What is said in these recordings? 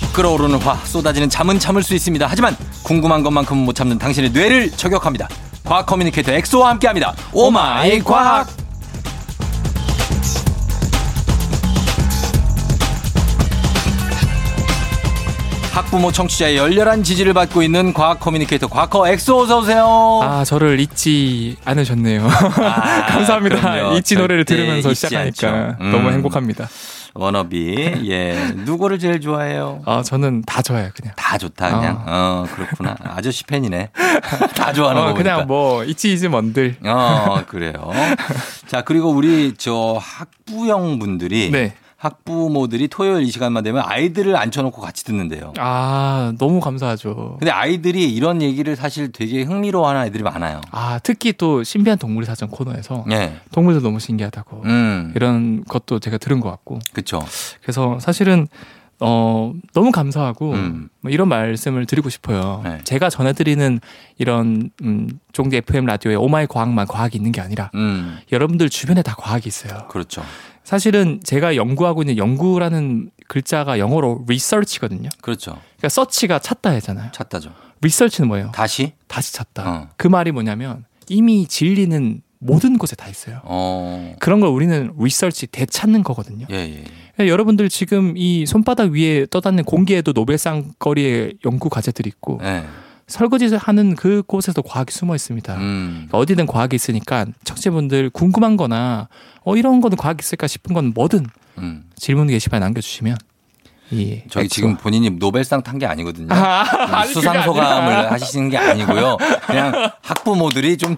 막 끓어오르는 화 쏟아지는 잠은 참을 수 있습니다. 하지만 궁금한 것만큼은 못 참는 당신의 뇌를 저격합니다. 과학 커뮤니케이터 엑소와 함께합니다. 오마이 과학. 학부모 청취자의 열렬한 지지를 받고 있는 과학 커뮤니케이터 과커 엑소 어서 오세요. 아 저를 잊지 않으셨네요. 아, 감사합니다. 그럼요. 잊지 노래를 절대 들으면서 잊지 시작하니까 않죠. 음. 너무 행복합니다. 워너비 예 누구를 제일 좋아해요? 아 저는 다 좋아요 그냥. 다 좋다 그냥 어 그렇구나 아저씨 팬이네 다 좋아하는 그러니까. 거 아. 어, 보니까 그냥 뭐 잊지 잊지 먼들. 어, 그래요. 자, 그리고 우리 저 학부형 분들이 네. 학부모들이 토요일 이 시간만 되면 아이들을 앉혀놓고 같이 듣는데요. 아 너무 감사하죠. 근데 아이들이 이런 얘기를 사실 되게 흥미로워하는 아이들이 많아요. 아 특히 또 신비한 동물 사전 코너에서 예. 동물도 너무 신기하다고 음. 이런 것도 제가 들은 것 같고 그쵸. 그래서 사실은 어 너무 감사하고 음. 뭐 이런 말씀을 드리고 싶어요. 네. 제가 전해드리는 이런 음, 종대 FM 라디오에 오마이 과학만 과학이 있는 게 아니라 음. 여러분들 주변에 다 과학이 있어요. 그렇죠. 사실은 제가 연구하고 있는 연구라는 글자가 영어로 research거든요. 그렇죠. 그러니까 search가 찾다잖아요. 찾다죠. research는 뭐예요? 다시? 다시 찾다. 어. 그 말이 뭐냐면 이미 진리는 모든 곳에 다 있어요. 어. 그런 걸 우리는 research 되찾는 거거든요. 예, 예. 그러니까 여러분들 지금 이 손바닥 위에 떠다니는 공기에도 노벨상 거리의 연구 과제들이 있고 예. 설거지 하는 그곳에도 과학이 숨어 있습니다. 음. 어디든 과학이 있으니까 청취분들 궁금한 거나 어 이런 거는 과학이 있을까 싶은 건 뭐든 음. 질문 게시판에 남겨주시면 예. 저기 지금 본인이 노벨상 탄 게 아니거든요. 아, 수상 소감을 하시는 게 아니고요. 그냥 학부모들이 좀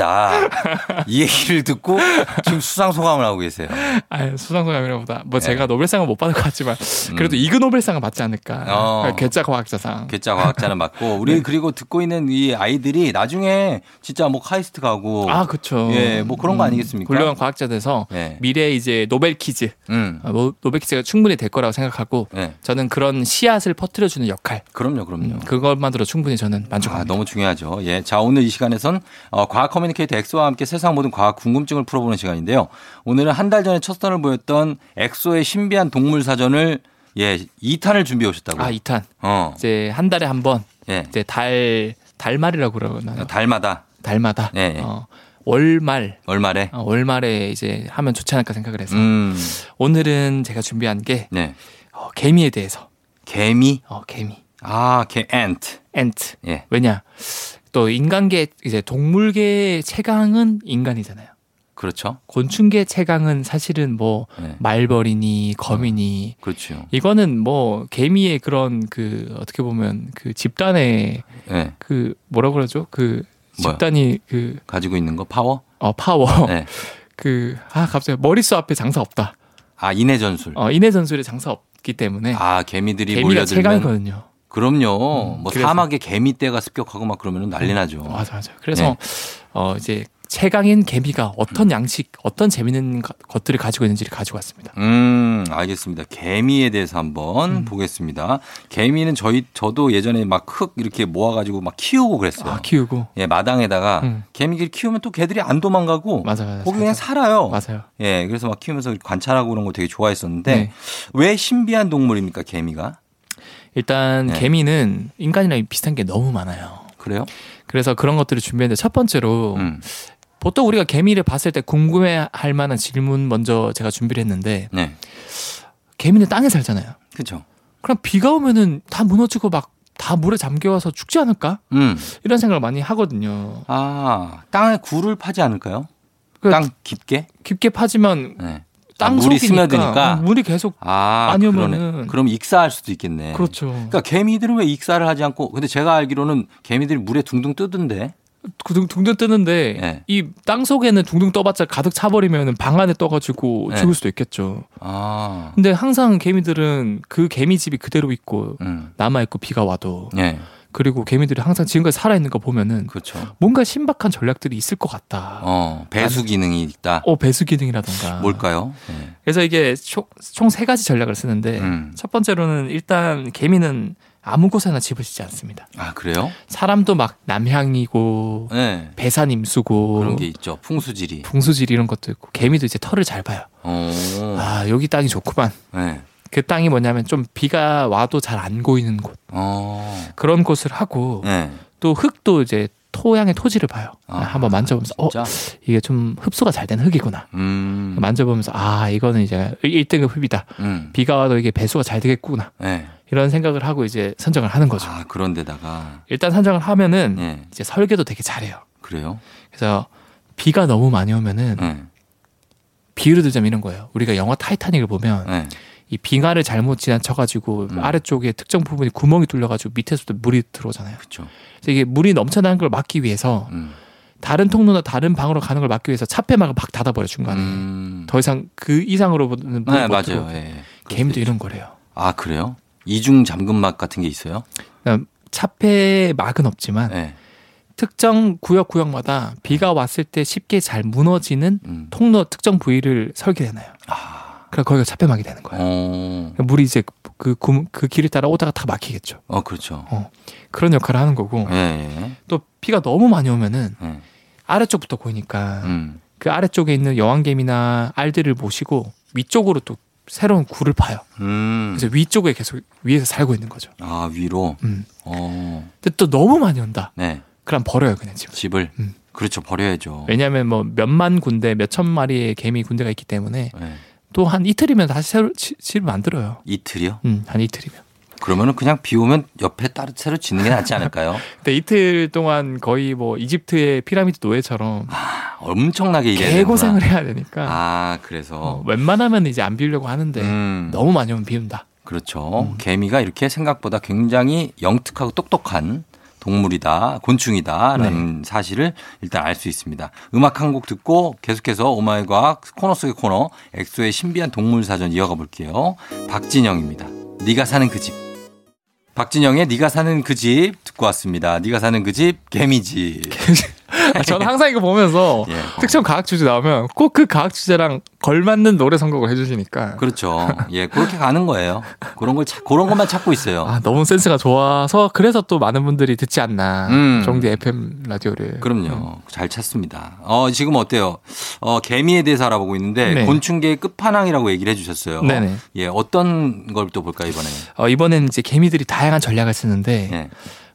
좋아하신다. 이 얘기를 듣고 지금 수상 소감을 하고 계세요. 아, 수상 소감이라보다 뭐 네. 제가 노벨상은 못 받을 것 같지만 그래도 이그 노벨상은 받지 않을까. 음. 어. 그러니까 괴짜 과학자상. 괴짜 과학자는 맞고 네. 우리 그리고 듣고 있는 이 아이들이 나중에 진짜 뭐 카이스트 가고 아 그렇죠. 예, 뭐 그런 거 아니겠습니까? 훌륭한 과학자 돼서 예. 미래 이제 노벨 퀴즈, 음. 아, 뭐, 노벨 퀴즈가 충분히 될 거라고 생각하고 예. 저는 그런 씨앗을 퍼뜨려 주는 역할 그럼요, 그럼요. 그것만으로 충분히 저는 아, 만족합니다. 너무 중요하죠. 예. 자, 오늘 이 시간에선 어, 과학 커뮤니케이터 엑소와 함께 세상 모든 과학 궁금증을 풀어보는 시간인데요. 오늘은 한 달 전에 첫 선을 보였던 엑소의 신비한 동물 사전을 예, 2탄을 준비해 오셨다고요. 아 이탄 어. 이제 한 달에 한 번 예. 이제 달 달말이라고 네. 그러나요? 어, 달마다 달마다 예, 예. 어, 월말 월말에. 어, 월말에 이제 하면 좋지 않을까 생각을 해서 음. 오늘은 제가 준비한 게 네. 어, 개미에 대해서 개미. 어, 개미 아, 개 ant. 앤트 예. 왜냐 또 인간계 이제 동물계의 최강은 인간이잖아요. 그렇죠. 곤충계 최강은 사실은 뭐 네. 말벌이니 거미니 그렇죠. 이거는 뭐 개미의 그런 그 어떻게 보면 그 집단의 예. 그 뭐라 그러죠 그 뭐요? 집단이 그 가지고 있는 거 파워? 어, 파워 네. 그 아 갑자기 머릿수 앞에 장사 없다 아, 인해 전술. 어 인해 전술에 장사 없기 때문에 아, 개미들이 개미가 몰려들면 최강이거든요 그럼요. 음, 뭐 그래서. 사막에 개미떼가 습격하고 막 그러면 난리 나죠. 맞아 맞아 그래서 네. 어 이제 최강인 개미가 음. 어떤 양식 어떤 재밌는 가- 것들을 가지고 있는지를 가지고 왔습니다 음, 알겠습니다. 개미에 대해서 한번 음. 보겠습니다. 개미는 저희 저도 예전에 막 흙 이렇게 모아 가지고 막 키우고 그랬어요. 아 키우고 예, 마당에다가 음. 개미를 키우면 또 개들이 안 도망가고 맞아 맞아 거기 그냥 맞아. 살아요. 맞아요 예, 그래서 막 키우면서 관찰하고 그런 거 되게 좋아했었는데 네. 왜 신비한 동물입니까 개미가? 일단 네. 개미는 인간이랑 비슷한 게 너무 많아요 그래요? 그래서 그런 것들을 준비했는데 첫 번째로 음, 보통 우리가 개미를 봤을 때 궁금해할 만한 질문 먼저 제가 준비를 했는데 네, 개미는 땅에 살잖아요. 그렇죠. 그럼 비가 오면은 다 무너지고 막 다 물에 잠겨와서 죽지 않을까? 음, 이런 생각을 많이 하거든요. 아 땅에 굴을 파지 않을까요? 그- 땅 깊게? 깊게 파지만 네. 땅 아, 물이 속이니까 스며드니까. 어, 물이 계속 아, 아니면은- 그러네. 그럼 익사할 수도 있겠네. 그렇죠. 그러니까 개미들은 왜 익사를 하지 않고? 근데 제가 알기로는 개미들이 물에 둥둥 뜨던데. 그 둥- 둥둥 뜨는데 네. 이 땅 속에는 둥둥 떠봤자 가득 차버리면은 방 안에 떠가지고 네. 죽을 수도 있겠죠. 아, 근데 항상 개미들은 그 개미 집이 그대로 있고 음, 남아 있고 비가 와도 예, 그리고 개미들이 항상 지금까지 살아 있는 거 보면은 그렇죠. 뭔가 신박한 전략들이 있을 것 같다. 어, 어, 배수 기능이 있다. 배수 기능이라던가. 뭘까요? 예. 그래서 이게 총 세 가지 전략을 쓰는데 음. 첫 번째로는 일단 개미는 아무 곳에나 집을 짓지 않습니다. 아, 그래요? 사람도 막 남향이고 예. 배산 그런 임수고 게 있죠. 풍수지리. 붕수질 이런 것도 있고 개미도 이제 털을 잘 봐요. 어. 아 여기 땅이 좋구만. 네. 그 땅이 뭐냐면 좀 비가 와도 잘 안 고이는 곳 어. 그런 곳을 하고 네. 또 흙도 이제 토양의 토지를 봐요. 아, 한번 만져보면서 어 진짜? 이게 좀 흡수가 잘 된 흙이구나. 음. 만져보면서 아 이거는 이제 1등급 흡이다. 음. 비가 와도 이게 배수가 잘 되겠구나 네. 이런 생각을 하고 이제 선정을 하는 거죠. 아, 그런 데다가 일단 선정을 하면은 네. 이제 설계도 되게 잘해요. 그래요? 그래서 비가 너무 많이 오면은 네. 비유를 들자면 이런 거예요. 우리가 영화 타이타닉을 보면 네. 이 빙하를 잘못 지나쳐가지고 음. 아래쪽에 특정 부분이 구멍이 뚫려가지고 밑에서도 물이 들어오잖아요. 그렇죠. 그래서 이게 물이 넘쳐나는 걸 막기 위해서 음. 다른 통로나 다른 방으로 가는 걸 막기 위해서 차폐막을 막 닫아버려 중간에. 음. 더 이상 그 이상으로는 물이 네, 못 들어오고. 맞아요. 예. 개미도 이런 거래요. 아, 그래요? 이중 잠금막 같은 게 있어요? 그러니까 차폐막은 없지만 네. 특정 구역 구역마다 비가 왔을 때 쉽게 잘 무너지는 음. 통로 특정 부위를 설계해놔요. 아. 그럼 거기가 차폐막이 되는 거예요. 어. 물이 이제 그, 구- 그 길을 따라 오다가 다 막히겠죠. 어, 그렇죠. 그런 역할을 하는 거고 예, 예. 또 비가 너무 많이 오면은 예. 아래쪽부터 보이니까 음. 그 아래쪽에 있는 여왕개미나 알들을 모시고 위쪽으로 또 새로운 굴을 파요. 음. 그래서 위쪽에 계속 위에서 살고 있는 거죠. 아, 위로. 음. 어. 근데 또 너무 많이 온다. 네. 그럼 버려요 그냥 지금. 집을 음. 그렇죠. 버려야죠. 왜냐하면 뭐 몇만 군데 몇천 마리의 개미 군대가 있기 때문에 예. 또 한 이틀이면 다시 새로 치- 집을 만들어요. 이틀이요? 음, 한 이틀이면. 그러면은 그냥 비 오면 옆에 따로 새로 짓는 게 낫지 않을까요? 근데 이틀 동안 거의 뭐 이집트의 피라미드 노예처럼 아, 엄청나게 일해야 되는구나. 개고생을 해야 되니까 아, 어, 그래서 웬만하면 이제 안 비우려고 하는데 음, 너무 음. 많이 오면 비운다. 그렇죠. 개미가 이렇게 생각보다 굉장히 영특하고 똑똑한 동물이다, 곤충이다라는 네. 사실을 일단 알 수 있습니다. 음악 한 곡 듣고 계속해서 오마이 과학 코너 속의 코너 엑소의 신비한 동물 사전 이어가 볼게요. 박진영입니다. 네가 사는 그 집. 박진영의 네가 사는 그 집 듣고 왔습니다. 네가 사는 그 집 개미집. 아, 저는 항상 이거 보면서 예. 특정 과학 주제 나오면 꼭 그 과학 주제랑 걸맞는 노래 선곡을 해주시니까 그렇죠. 예, 그렇게 가는 거예요. 그런 걸 찾, 그런 것만 찾고 있어요. 아 너무 센스가 좋아서 그래서 또 많은 분들이 듣지 않나 음. 정디 FM 라디오를 그럼요. 잘 찾습니다. 어, 지금 어때요? 어, 개미에 대해서 알아보고 있는데 네. 곤충계의 끝판왕이라고 얘기를 해 주셨어요. 음. 네네 예, 어떤 걸 또 볼까요, 이번에? 어, 이번에는 이제 개미들이 다양한 전략을 쓰는데 예.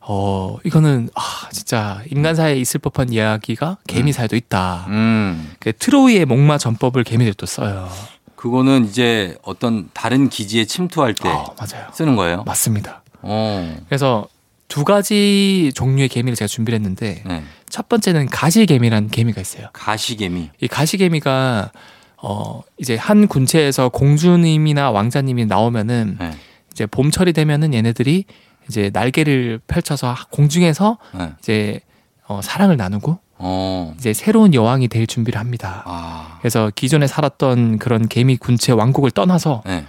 어 이거는 아 진짜 인간 사회에 있을 법한 이야기가 개미 사회도 있다. 음. 그 트로이의 목마 전법을 개미들이 또 써요. 그거는 이제 어떤 다른 기지에 침투할 때 어, 맞아요. 쓰는 거예요. 맞습니다. 어. 그래서 두 가지 종류의 개미를 제가 준비를 했는데 네. 첫 번째는 가시개미라는 개미가 있어요. 가시개미. 이 가시개미가 어 이제 한 군체에서 공주님이나 왕자님이 나오면은 네. 이제 봄철이 되면은 얘네들이 이제 날개를 펼쳐서 공중에서 네. 이제 어 사랑을 나누고 어. 이제 새로운 여왕이 될 준비를 합니다. 아. 그래서 기존에 살았던 그런 개미 군체 왕국을 떠나서 네.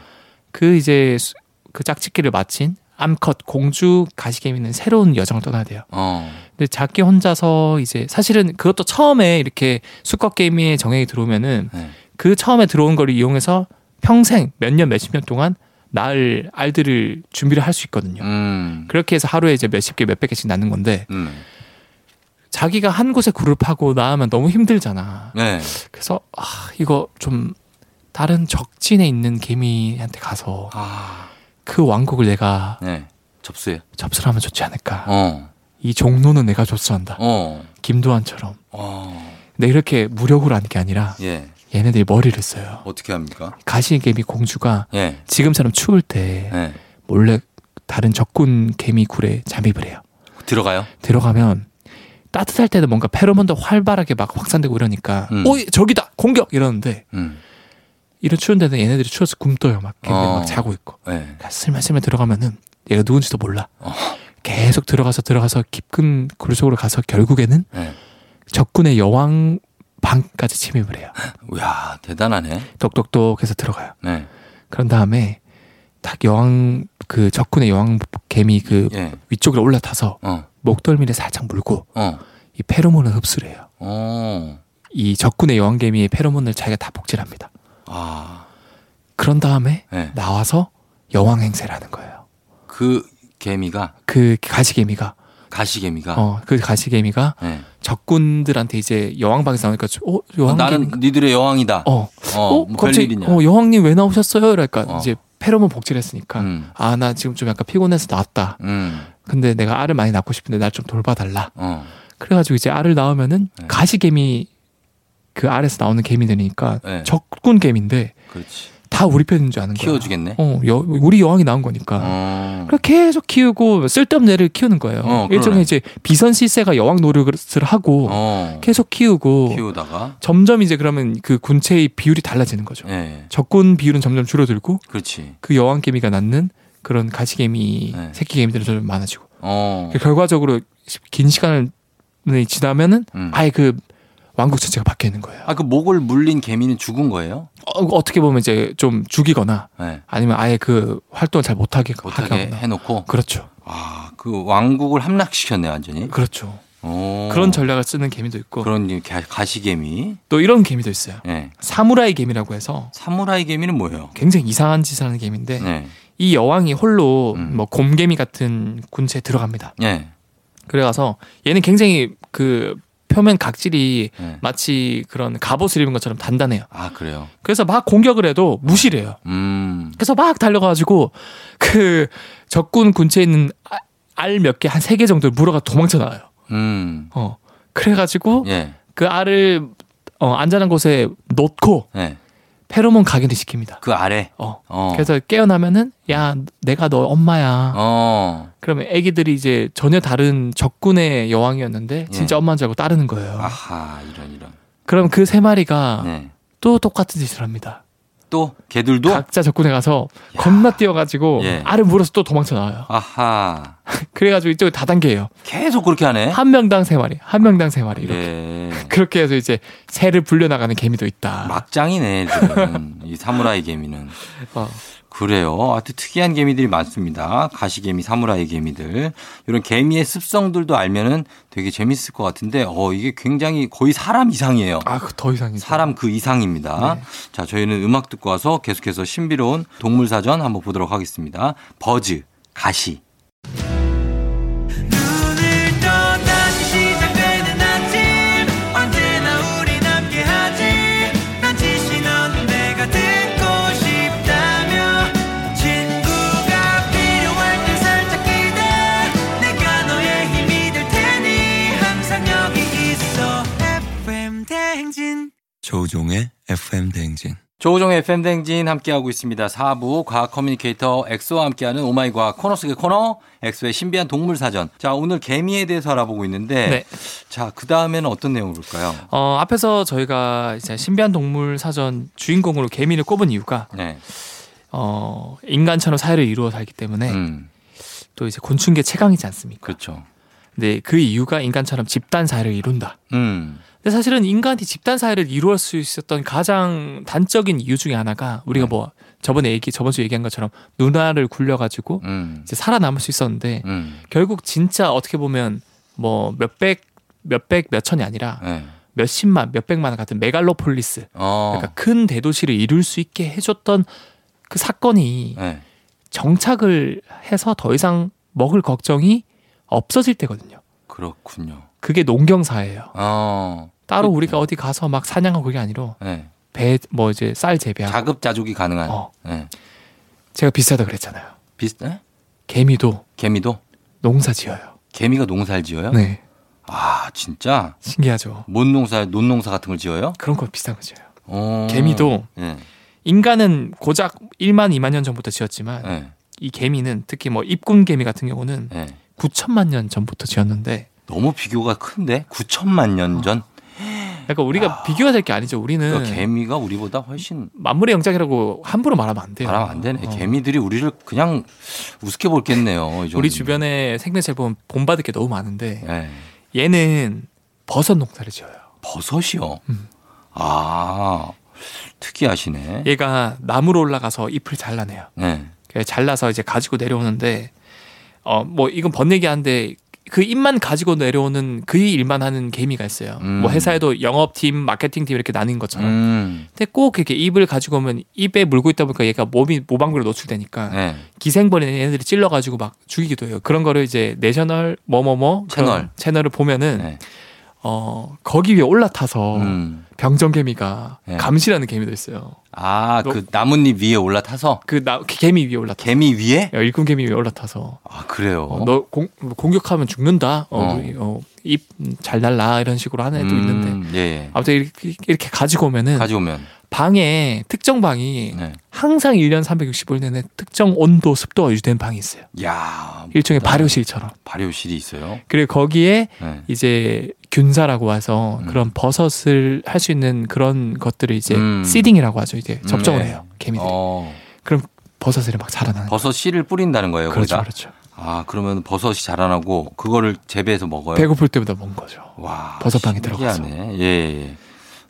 그 이제 수- 그 짝짓기를 마친 암컷 공주 가시개미는 새로운 여정을 떠나야 돼요. 어. 근데 자기 혼자서 이제 사실은 그것도 처음에 이렇게 수컷 개미의 정액이 들어오면은 네. 그 처음에 들어온 걸 이용해서 평생 몇 년 몇십 년 동안 낳을 알들을 준비를 할 수 있거든요. 음. 그렇게 해서 하루에 이제 몇십 개 몇백 개씩 낳는 건데 음. 자기가 한 곳에 굴을 파고 낳으면 너무 힘들잖아. 네. 그래서 아 이거 좀 다른 적진에 있는 개미한테 가서 아. 그 왕국을 내가 네. 접수해. 접수를 하면 좋지 않을까. 어. 이 종로는 내가 접수한다. 어. 김도환처럼. 어. 근데 이렇게 무력으로 하는 게 아니라 예. 얘네들이 머리를 써요. 어떻게 합니까? 가시개미 공주가 예. 지금처럼 추울 때 예. 몰래 다른 적군 개미 굴에 잠입을 해요. 들어가요? 들어가면 따뜻할 때는 뭔가 페로몬도 활발하게 막 확산되고 이러니까 음. 오이 저기다 공격 이러는데 음. 이런 추운 데는 얘네들이 추워서 굶떠요 막 개미들이 어. 막 자고 있고 예. 그러니까 슬며슬며 들어가면은 얘가 누군지도 몰라 어. 계속 들어가서 들어가서 깊은 굴 속으로 가서 결국에는 네. 적군의 여왕 방까지 침입을 해요 야 대단하네. 똑똑똑해서 들어가요 네. 그런 다음에 딱 여왕 그 적군의 여왕 개미 그 예. 위쪽으로 올라타서 어. 목덜미를 살짝 물고 어. 이 페로몬을 흡수를 해요. 어. 이 적군의 여왕개미의 페로몬을 자기가 다 복제합니다. 아. 그런 다음에 네. 나와서 여왕 행세를 하는 거예요. 그 개미가 그 가시개미가 가시개미가. 어 그 가시개미가 예. 적군들한테 이제 여왕 방에서 나오니까 좀, 어 나는 여왕개미가 니들의 여왕이다. 어, 어. 어 뭐 갑자기 별일이냐. 어 여왕님 왜 나오셨어요? 그러니까 어. 이제 페로몬 복제를 했으니까 음. 아 나 지금 좀 약간 피곤해서 낳았다. 음. 근데 내가 알을 많이 낳고 싶은데 날 좀 돌봐달라. 어. 그래가지고 이제 알을 낳으면은 네. 가시개미 그 알에서 나오는 개미들이니까 네. 적군 개미인데 그렇지. 다 우리 편인 줄 아는 거야. 키워주겠네. 어, 여- 우리 여왕이 낳은 거니까. 어. 그래 계속 키우고 쓸데없는 애를 키우는 거예요. 어, 그러네. 일종의 이제 비선 실세가 여왕 노릇을 하고 어. 계속 키우고 키우다가. 점점 이제 그러면 그 군체의 비율이 달라지는 거죠. 예. 적군 비율은 점점 줄어들고 그렇지. 그 여왕 개미가 낳는 그런 가시개미, 네. 새끼 개미들은 점점 많아지고 그러니까 어. 결과적으로 긴 시간이 지나면은 음. 아예 그 왕국 전체가 바뀌어 있는 거예요. 아, 그 목을 물린 개미는 죽은 거예요? 어, 떻게 보면 이제 좀 죽이거나 예. 아니면 아예 그 활동을 잘 못하게 못하게 하거나. 해놓고. 그렇죠. 아, 그 왕국을 함락시켰네, 완전히. 그렇죠. 어. 그런 전략을 쓰는 개미도 있고 그런 게 가- 가시개미. 또 이런 개미도 있어요. 예. 사무라이 개미라고 해서 사무라이 개미는 뭐예요? 굉장히 이상한 짓을 하는 개미인데 네. 이 여왕이 홀로 음. 뭐 곰개미 같은 군체에 들어갑니다. 예. 그래가서 얘는 굉장히 그 표면 각질이 예. 마치 그런 갑옷을 입은 것처럼 단단해요. 아, 그래요. 그래서 막 공격을 해도 무시를 해요. 음. 그래서 막 달려가가지고 그 적군 군체에 있는 아, 알 몇 개 한 세 개 정도를 물어가 도망쳐 나와요. 음. 어. 그래가지고 예. 그 알을 어, 안전한 곳에 놓고 예. 페로몬 각인을 시킵니다. 그 아래. 어. 어. 그래서 깨어나면은 야 내가 너 엄마야. 어. 그러면 애기들이 이제 전혀 다른 적군의 여왕이었는데 진짜 예. 엄마인 줄 알고 따르는 거예요. 아하, 이런 이런. 그럼 그 세 마리가 네. 또 똑같은 짓을 합니다. 또 개들도 각자 적군에 가서 야. 겁나 뛰어가지고 예. 알을 물어서 또 도망쳐 나와요. 아하. 그래가지고 이쪽이 다단계예요. 계속 그렇게 하네. 한 명당 세 마리, 한 명당 세 마리 이렇게. 예. 그렇게 해서 이제 새를 불려 나가는 개미도 있다. 막장이네, 지금. 이 사무라이 개미는. 어. 그래요. 아주 특이한 개미들이 많습니다. 가시개미, 사무라이 개미들. 이런 개미의 습성들도 알면은 되게 재밌을 것 같은데, 어, 이게 굉장히 거의 사람 이상이에요. 아더 이상이죠. 사람 그 이상입니다. 네. 자, 저희는 음악 듣고 와서 계속해서 신비로운 동물 사전 한번 보도록 하겠습니다. 버즈, 가시. 눈을 떠 다시 시작되는 아침 언제나 우리 함께하지 난 지시 넌 내가 듣고 싶다며 친구가 필요할 때 살짝 기대 내가 너의 힘이 될 테니 항상 여기 있어 FM 대행진 조종의 FM 대행진. 조우종의 FM댕진 함께하고 있습니다. 4부 과학 커뮤니케이터 엑소와 함께하는 오마이 과학 코너 속의 코너 엑소의 신비한 동물 사전. 자, 오늘 개미에 대해서 알아보고 있는데 네. 자, 그 다음에는 어떤 내용을 볼까요? 어, 앞에서 저희가 이제 신비한 동물 사전 주인공으로 개미를 꼽은 이유가 네. 어, 인간처럼 사회를 이루어 살기 때문에 음, 또 이제 곤충계 최강이지 않습니까? 그렇죠. 근데 그 이유가 인간처럼 집단 사회를 이룬다. 음. 근데 사실은 인간이 집단 사회를 이루어 수 있었던 가장 단적인 이유 중에 하나가 우리가 네. 뭐 저번에 얘기 저번 주 얘기한 것처럼 누나를 굴려가지고 음. 이제 살아남을 수 있었는데 음. 결국 진짜 어떻게 보면 뭐 몇백 몇백 몇천이 아니라 네. 몇십만 몇백만 원 같은 메갈로폴리스 어. 그러니까 큰 대도시를 이룰 수 있게 해줬던 그 사건이 네. 정착을 해서 더 이상 먹을 걱정이 없어질 때거든요. 그렇군요. 그게 농경 사회예요. 어. 따로 그렇죠. 우리가 어디 가서 막 사냥하고 그게 아니라 네. 배 뭐 이제 쌀 재배하고 자급자족이 가능한. 어. 네. 제가 비싸다 그랬잖아요. 비슷해? 네? 개미도 개미도 농사 지어요. 개미가 농사를 지어요? 네. 아, 진짜? 신기하죠. 뭔 농사, 논 농사 같은 걸 지어요? 그런 거 비싼 거 지어요. 어. 개미도 네. 인간은 고작 1만 2만 년 전부터 지었지만 네. 이 개미는 특히 뭐 입군 개미 같은 경우는 네. 9천만 년 전부터 지었는데 너무 비교가 큰데? 9천만 년 전? 약간 그러니까 우리가 비교가 될 게 아니죠. 예. 우리는 그러니까 개미가 우리보다 훨씬 만물의 영장이라고 함부로 말하면 안 돼요. 바람 안 되네. 어. 개미들이 우리를 그냥 우습게 볼 겠네요. 이 정도면. 우리 주변에 생명체 보면 본받을 게 너무 많은데 네. 얘는 버섯 농사를 지어요. 버섯이요. 음. 아, 예. 특이하시네. 얘가 나무로 올라가서 잎을 잘라내요. 네. 그래서 잘라서 이제 가지고 내려오는데 어 뭐 이건 번 얘기한데 그 잎만 가지고 내려오는 그 일만 하는 개미가 있어요. 음. 뭐 회사에도 영업팀, 마케팅팀 이렇게 나뉜 것처럼. 음. 근데 꼭 이렇게 잎을 가지고 오면 잎에 물고 있다 보니까 얘가 몸이 모방구로 노출되니까 네. 기생벌이 얘네들이 찔러가지고 막 죽이기도 해요. 그런 거를 이제 내셔널 뭐뭐뭐 그런 채널. 채널을 보면은 네. 어 거기 위에 올라타서 음. 병정개미가 예. 감시라는 개미도 있어요. 아, 너- 그 나뭇잎 위에 올라타서 그 나 개미 위에 올라타. 개미 위에? 어, 일꾼 개미 위에 올라타서 아, 그래요. 어, 너 공, 공격하면 죽는다. 어. 어, 우리, 어. 입잘 날라 이런 식으로 하는 애도 음, 있는데 예, 예. 아무튼 네. 이렇게, 이렇게 가지고 오면은 가져오면. 방에 특정 방이 네. 항상 1년 365일 내내 특정 온도 습도가 유지된 방이 있어요. 야, 일종의 발효실처럼. 발효실이 있어요. 그리고 거기에 네. 이제 균사라고 와서 음. 그런 버섯을 할 수 있는 그런 것들을 이제 음. 시딩이라고 하죠. 이제 음, 접종을 네. 해요. 개미들이. 어, 버섯을 막 자라나는. 네. 버섯 씨를 뿌린다는 거예요, 그렇죠. 거기다. 그렇죠. 아, 그러면 버섯이 자라나고 그거를 재배해서 먹어요. 배고플 때보다 먼 거죠. 와, 버섯방에 신기하네. 예, 예.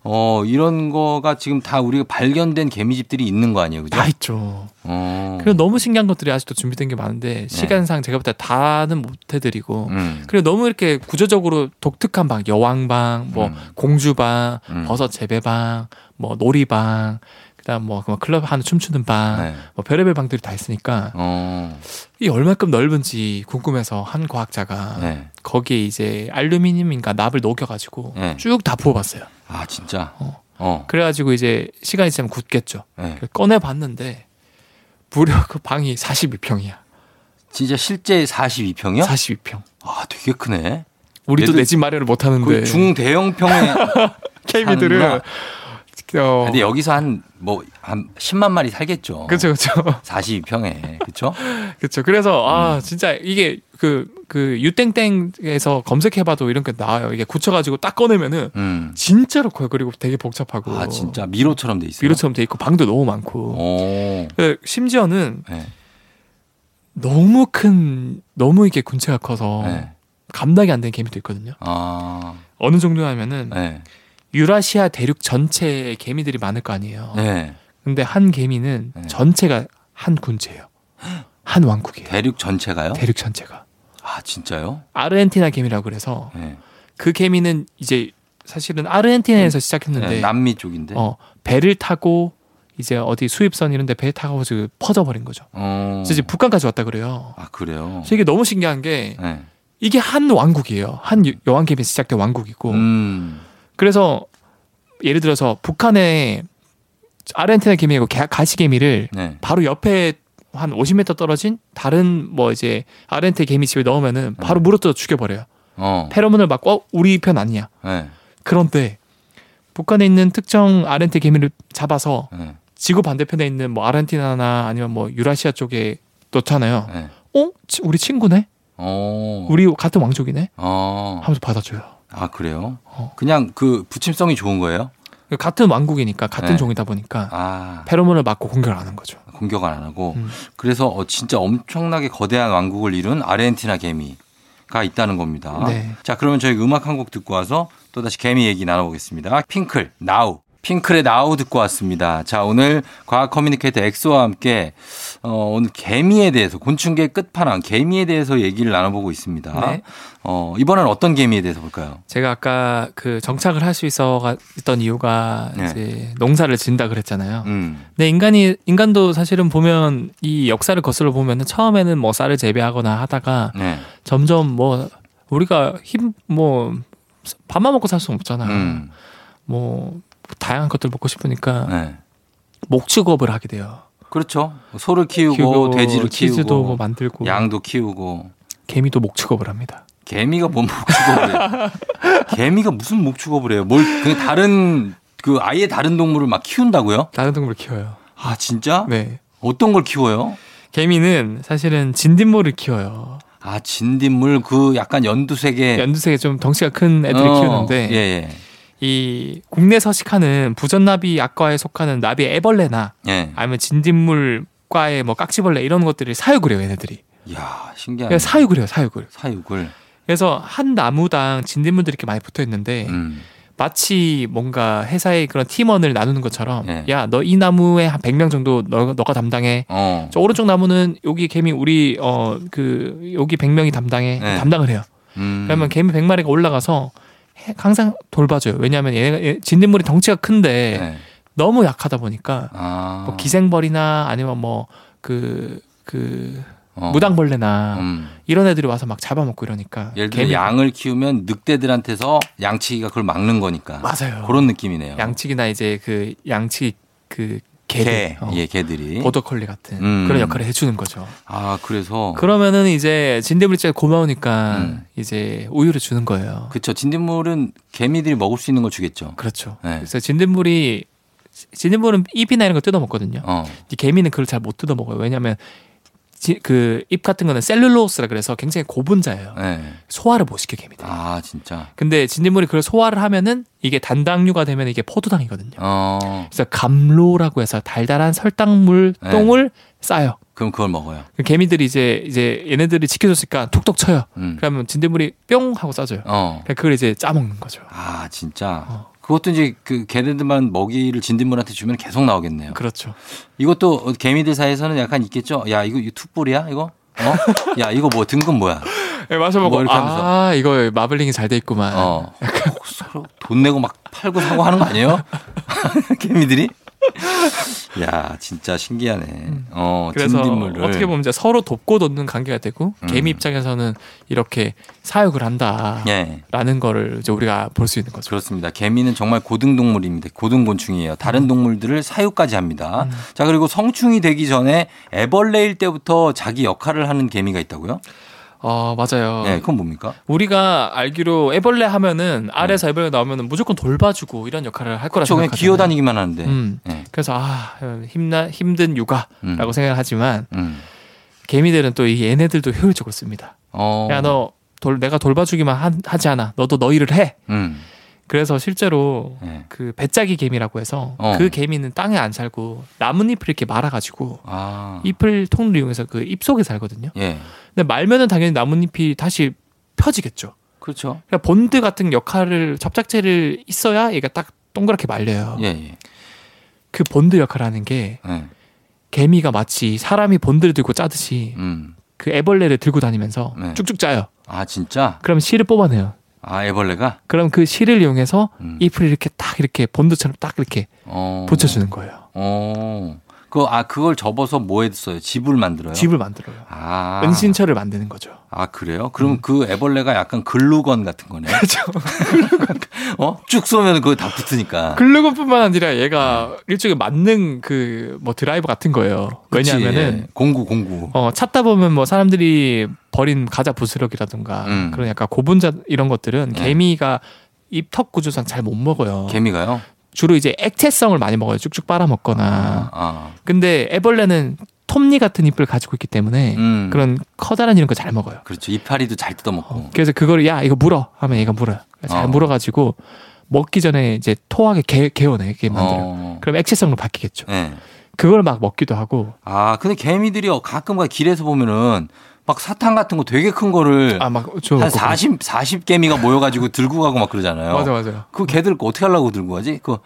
어, 이런 거가 지금 다 우리가 발견된 개미집들이 있는 거 아니에요, 그죠? 다 있죠. 어. 그리고 너무 신기한 것들이 아직도 준비된 게 많은데 시간상 제가 볼 때 다는 못 해드리고 음. 그리고 너무 이렇게 구조적으로 독특한 방 여왕방 뭐 음. 공주방 음. 버섯 재배방 뭐 놀이방 그다음 뭐그 클럽 하는 춤추는 방 네. 뭐 별의별 방들이 다 있으니까 어. 이 얼마큼 넓은지 궁금해서 한 과학자가 네. 거기에 이제 알루미늄인가 납을 녹여가지고 네. 쭉 다 부어봤어요. 아, 진짜. 어. 어. 그래가지고 이제 시간이 지나면 굳겠죠. 네. 꺼내봤는데 무려 그 방이 42평이야. 진짜 실제 42평이요? 42평. 아, 되게 크네. 우리도 얘들- 내 집 마련을 못하는데 거의 중대형평에 케이비들은 어, 근데 여기서 한 뭐 한 10만 마리 살겠죠. 그렇죠 그렇죠 42평에. 그렇죠? 그렇죠. 그래서 음. 아 진짜 이게 그 그 유땡땡에서 검색해봐도 이런 게 나와요. 이게 굳혀가지고 딱 꺼내면은 음. 진짜로 커요. 그리고 되게 복잡하고 아, 진짜 어. 미로처럼 돼 있어요. 위로처럼 돼 있고 방도 너무 많고 오. 그 심지어는 네. 너무 큰 너무 이게 군체가 커서 네. 감당이 안 되는 개미도 있거든요. 아. 어느 정도냐면은 네. 유라시아 대륙 전체에 개미들이 많을 거 아니에요. 네. 근데 한 개미는 네. 전체가 한 군체예요. 한 왕국이에요. 대륙 전체가요? 대륙 전체가 아, 진짜요? 아르헨티나 개미라고 그래서 네. 그 개미는 이제 사실은 아르헨티나에서 시작했는데 네, 남미 쪽인데. 어, 배를 타고 이제 어디 수입선 이런 데 배 타고 지금 퍼져버린 거죠. 어. 그래서 이제 북한까지 왔다 그래요. 아, 그래요. 그래서 이게 너무 신기한 게 네. 이게 한 왕국이에요. 한 여- 여왕개미 시작된 왕국이고. 음. 그래서 예를 들어서 북한의 아르헨티나 개미하고 개- 가시개미를 네. 바로 옆에 한 50m 떨어진 다른 뭐 이제 아르헨티나 개미 집에 넣으면은 바로 물어뜯어 죽여버려요. 어. 페로몬을 막고 어, 우리 편 아니야. 네. 그런데 북한에 있는 특정 아르헨티나 개미를 잡아서 네. 지구 반대편에 있는 뭐 아르헨티나나 아니면 뭐 유라시아 쪽에 놓잖아요. 네. 어? 치- 우리 친구네? 어. 우리 같은 왕족이네? 어. 하면서 받아줘요. 아, 그래요? 어. 그냥 그 붙임성이 좋은 거예요? 그러니까 같은 왕국이니까 같은 네. 종이다 보니까 아. 페로몬을 맞고 공격을 안 한 거죠. 공격을 안 하고 음. 그래서 어, 진짜 엄청나게 거대한 왕국을 이룬 아르헨티나 개미가 있다는 겁니다. 네. 자 그러면 저희 음악 한 곡 듣고 와서 또 다시 개미 얘기 나눠보겠습니다. 핑클 나우 핑클의 나우 듣고 왔습니다. 자 오늘 과학 커뮤니케이터 엑소와 함께 어, 오늘 개미에 대해서 곤충계 끝판왕 개미에 대해서 얘기를 나눠보고 있습니다. 네. 어, 이번엔 어떤 개미에 대해서 볼까요? 제가 아까 그 정착을 할 수 있어 있던 이유가 네. 이제 농사를 진다 그랬잖아요. 음, 근데 네, 인간이 인간도 사실은 보면 이 역사를 거슬러 보면은 처음에는 뭐 쌀을 재배하거나 하다가 네, 점점 뭐 우리가 힘 뭐 밥만 먹고 살 수는 없잖아. 음, 뭐 다양한 것들 먹고 싶으니까 네. 목축업을 하게 돼요. 그렇죠. 소를 키우고, 돼지를 치즈도 뭐 키우고 만들고 양도 키우고 개미도 목축업을 합니다. 개미가 뭔 목축업을 해요? 개미가 무슨 목축업을 해요? 뭘, 그 다른, 그 아예 다른 동물을 막 키운다고요? 다른 동물 키워요. 아, 진짜? 네. 어떤 걸 키워요? 개미는 사실은 진딧모를 키워요. 아, 진딧물 그 약간 연두색의 연두색에 좀 덩치가 큰 애들을 어, 키우는데 예, 예. 이 국내 서식하는 부전나비 약과에 속하는 나비 애벌레나 예. 아니면 진딧물과의 뭐 깍지벌레 이런 것들을 사육을 해요 얘네들이 이야, 신기하네. 그냥 사육을 해요 사육을 사육을. 그래서 한 나무당 진딧물들이 이렇게 많이 붙어 있는데 음. 마치 뭔가 회사의 그런 팀원을 나누는 것처럼 네. 야 너 이 나무에 한 100명 정도 너, 너가 담당해 어. 저 오른쪽 나무는 여기 개미 우리 어 그 여기 100명이 담당해 네. 담당을 해요 음. 그러면 개미 100마리가 올라가서 해- 항상 돌봐줘요 왜냐하면 얘네가 얘- 진딧물이 덩치가 큰데 예. 너무 약하다 보니까 아. 뭐 기생벌이나 아니면 뭐 그 그 어. 무당벌레나 음. 이런 애들이 와서 막 잡아먹고 이러니까 예를 들어 개미- 양을 키우면 늑대들한테서 양치기가 그걸 막는 거니까. 맞아요. 그런 느낌이네요. 양치기나 이제 그 양치 그 개들, 개, 어, 예, 개들이. 보더컬리 같은 음. 그런 역할을 해주는 거죠. 아, 그래서 그러면은 이제 진대물이가 고마우니까 음. 이제 우유를 주는 거예요. 그쵸. 진딧물은 개미들이 먹을 수 있는 걸 주겠죠. 그, 렇죠 네. 그래서 진딧물이 진딧물은 잎이나 이런 거 뜯어 먹거든요. 어. 이 개미는 그걸 잘 못 뜯어 먹어요. 왜냐하면 그 잎 같은 거는 셀룰로스라 그래서 굉장히 고분자예요. 네. 소화를 못 시켜 개미들. 이 아, 진짜. 근데 진딧물이 그걸 소화를 하면은 이게 단당류가 되면 이게 포도당이거든요. 어. 그래서 감로라고 해서 달달한 설탕물 네. 똥을 싸요. 그럼 그걸 먹어요. 그 개미들이 이제 이제 얘네들이 지켜줬으니까 툭툭 쳐요. 음. 그러면 진딧물이 뿅 하고 싸줘요. 어. 그걸 이제 짜 먹는 거죠. 아, 진짜. 어. 그것도 이제 그 개들만 먹이를 진딧물한테 주면 계속 나오겠네요. 그렇죠. 이것도 어, 개미들 사이에서는 약간 있겠죠. 야, 이거 이거 툭불이야? 이거? 어? 야, 이거 뭐 등급 뭐야? 예, 마셔 뭐 먹고 이렇게 하면서. 아 이거 마블링이 잘 돼 있구만. 어. 꼭 서로 돈 내고 막 팔고 사고 하는 거 아니에요? 개미들이? 야, 진짜 신기하네. 어, 음. 그래서 진딧물을. 어떻게 보면 이제 서로 돕고 돕는 관계가 되고 음. 개미 입장에서는 이렇게 사육을 한다라는 예. 거를 이제 우리가 볼 수 있는 거죠. 그렇습니다. 개미는 정말 고등 동물입니다. 고등 곤충이에요. 음. 다른 동물들을 사육까지 합니다. 자, 그리고 성충이 되기 전에 애벌레일 때부터 자기 역할을 하는 개미가 있다고요? 어 맞아요. 네, 그건 뭡니까? 우리가 알기로 애벌레 하면은 아래에서 애벌레 나오면은 무조건 돌봐주고 이런 역할을 할 거라 저 음. 그렇죠. 그냥 생각하잖아요. 기어다니기만 하는데. 음. 네. 그래서 아 힘나 힘든 육아라고 음. 생각하지만 음. 개미들은 또 이 얘네들도 효율적으로 씁니다. 어. 야 너 돌 내가 돌봐주기만 한- 하지 않아. 너도 너 일을 해. 음. 그래서 실제로 네. 그 배짜기 개미라고 해서 어. 그 개미는 땅에 안 살고 나뭇잎을 이렇게 말아가지고 아. 잎을 통로 이용해서 그 잎 속에 살거든요. 예. 근데 말면은 당연히 나뭇잎이 다시 펴지겠죠. 그렇죠. 그러니까 본드 같은 역할을 접착제를 있어야 얘가 딱 동그랗게 말려요. 예, 예. 그 본드 역할하는 게 예. 개미가 마치 사람이 본드를 들고 짜듯이 음. 그 애벌레를 들고 다니면서 네. 쭉쭉 짜요. 아, 진짜? 그럼 실을 뽑아내요. 아, 애벌레가? 그럼 그 실을 이용해서 음. 잎을 이렇게 딱 이렇게 본드처럼 딱 이렇게 어. 붙여주는 거예요. 어. 그, 아, 그걸 접어서 뭐 했어요? 집을 만들어요? 집을 만들어요. 네. 아. 은신처를 만드는 거죠. 아, 그래요? 그럼 그 애벌레가 약간 글루건 같은 거네. 그렇죠. 어? 쭉 쏘면 그거 다 붙으니까. 글루건뿐만 아니라 얘가 일종의 만능 그 뭐 드라이버 같은 거예요. 네. 그치? 왜냐하면은 예. 공구, 공구. 어 찾다 보면 뭐 사람들이 버린 과자 부스러기라든가 음. 그런 약간 고분자 이런 것들은 네. 개미가 입턱 구조상 잘 못 먹어요. 개미가요? 주로 이제 액체성을 많이 먹어요. 쭉쭉 빨아먹거나. 아, 아. 근데 애벌레는 톱니 같은 잎을 가지고 있기 때문에 음. 그런 커다란 이런 거 잘 먹어요. 그렇죠. 이파리도 잘 어, 뜯어먹고. 그래서 그걸 야 이거 물어 하면 얘가 물어요. 잘 어. 물어가지고 먹기 전에 이제 토하게 개, 개어내 이게 만들어. 요 어. 그럼 액체성으로 바뀌겠죠. 예. 그걸 막 먹기도 하고 아, 근데 개미들이 가끔 가 길에서 보면은 막 사탕 같은 거 되게 큰 거를 아막저 네. 한 40, 40개미가 모여가지고 들고 가고 막 그러잖아요. 맞아 맞아. 그 개들 거 어떻게 하려고 들고 가지? 그거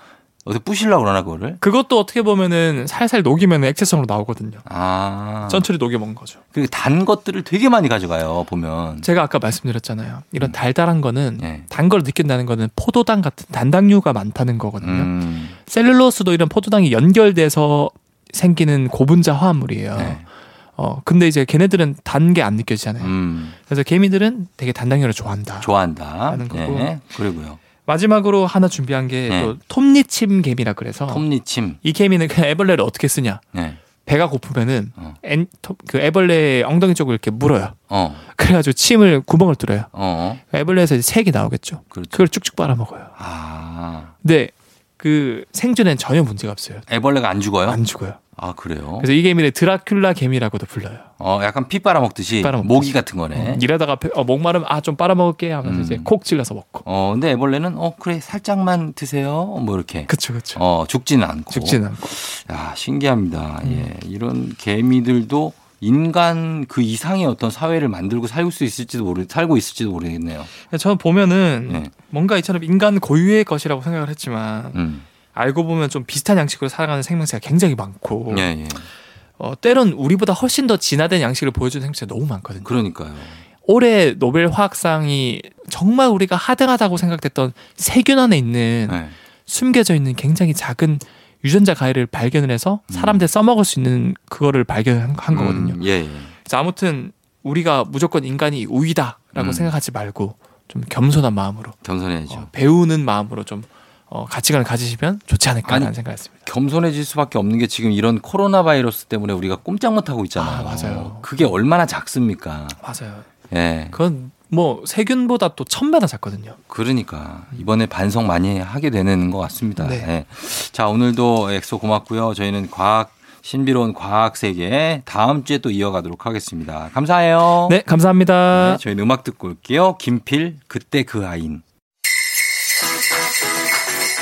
어떻게 부시려고 그러나 그거를? 그것도 어떻게 보면은 살살 녹이면 액체성으로 나오거든요. 아. 전철이 녹여 먹는 거죠. 그리고 단 것들을 되게 많이 가져가요, 보면. 제가 아까 말씀드렸잖아요. 이런 달달한 거는 음. 예. 단 걸 느낀다는 거는 포도당 같은 단당류가 많다는 거거든요. 음. 셀룰로스도 이런 포도당이 연결돼서 생기는 고분자 화합물이에요. 네. 어 근데 이제 걔네들은 단 게 안 느껴지잖아요. 음. 그래서 개미들은 되게 단당류를 좋아한다. 좋아한다. 하는 거고. 예. 그리고요. 마지막으로 하나 준비한 게 네. 또 톱니침 개미라 그래서 톱니침. 이 개미는 그냥 애벌레를 어떻게 쓰냐? 예. 배가 고프면은 어. 엔- 톱- 그 애벌레 엉덩이 쪽을 이렇게 물어요. 어. 그래가지고 침을 구멍을 뚫어요. 어, 어. 애벌레에서 이제 색이 나오겠죠. 그렇죠. 그걸 쭉쭉 빨아먹어요. 아. 근데 그 생존엔 전혀 문제가 없어요. 애벌레가 안 죽어요? 안 죽어요. 아, 그래요? 그래서 이 개미를 드라큘라 개미라고도 불러요. 어, 약간 피 빨아먹듯이 피 빨아먹듯이. 모기 같은 거네. 어, 일하다가 배- 어, 목마르면 아 좀 빨아먹을게 하면서 음. 이제 콕 찔러서 먹고. 어, 근데 애벌레는 어, 그래. 살짝만 드세요. 뭐 이렇게. 그쵸 그쵸. 어, 죽지는 않고. 죽진 않고. 야, 신기합니다. 음. 예. 이런 개미들도 인간 그 이상의 어떤 사회를 만들고 살고 수 있을지도 모르 살고 있을지도 모르겠네요. 저는 보면은 예. 뭔가 이처럼 인간 고유의 것이라고 생각을 했지만 음. 알고 보면 좀 비슷한 양식으로 살아가는 생명체가 굉장히 많고 예, 예. 어, 때론 우리보다 훨씬 더 진화된 양식을 보여주는 생명체가 너무 많거든요. 그러니까요. 올해 노벨 화학상이 정말 우리가 하등하다고 생각됐던 세균 안에 있는 예. 숨겨져 있는 굉장히 작은 유전자 가해를 발견을 해서 사람들 써먹을 수 있는 그거를 발견한 거거든요. 음, 예, 예. 그래서 아무튼 우리가 무조건 인간이 우위다라고 음. 생각하지 말고 좀 겸손한 마음으로 겸손해야죠. 어, 배우는 마음으로 좀 어, 가치관을 가지시면 좋지 않을까라는 아니, 생각했습니다. 겸손해질 수밖에 없는 게 지금 이런 코로나 바이러스 때문에 우리가 꼼짝 못 하고 있잖아요. 아, 맞아요. 그게 얼마나 작습니까? 맞아요. 예. 그건 뭐 세균보다 또 천배나 작거든요. 그러니까 이번에 반성 많이 하게 되는 것 같습니다. 네. 예. 자 오늘도 엑소 고맙고요. 저희는 과학 신비로운 과학 세계 다음 주에 또 이어가도록 하겠습니다. 감사해요. 네, 감사합니다. 어? 네, 저희는 음악 듣고 올게요. 김필 그때 그 아인.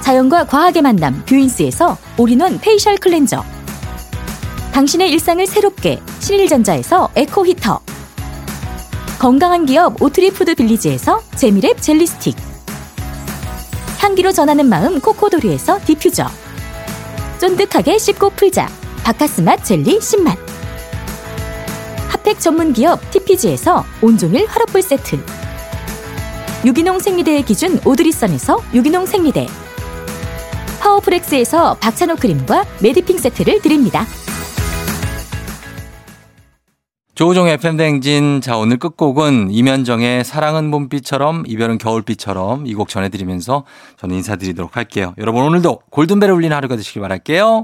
자연과 과학의 만남 뷰인스에서 올인원 페이셜 클렌저 당신의 일상을 새롭게 신일전자에서 에코 히터 건강한 기업 오트리푸드 빌리지에서 재미랩 젤리스틱 향기로 전하는 마음 코코도리에서 디퓨저 쫀득하게 씹고 풀자 바카스맛 젤리 신맛 핫팩 전문 기업 TPG에서 온종일 화롯불 세트 유기농 생리대의 기준 오드리선에서 유기농 생리대 파워프렉스에서 박찬호 크림과 메디핑 세트를 드립니다. 조우종의 팬댕진 자 오늘 끝곡은 이면정의 사랑은 봄비처럼 이별은 겨울비처럼 이 곡 전해드리면서 저는 인사드리도록 할게요. 여러분 오늘도 골든벨 울리는 하루가 되시길 바랄게요.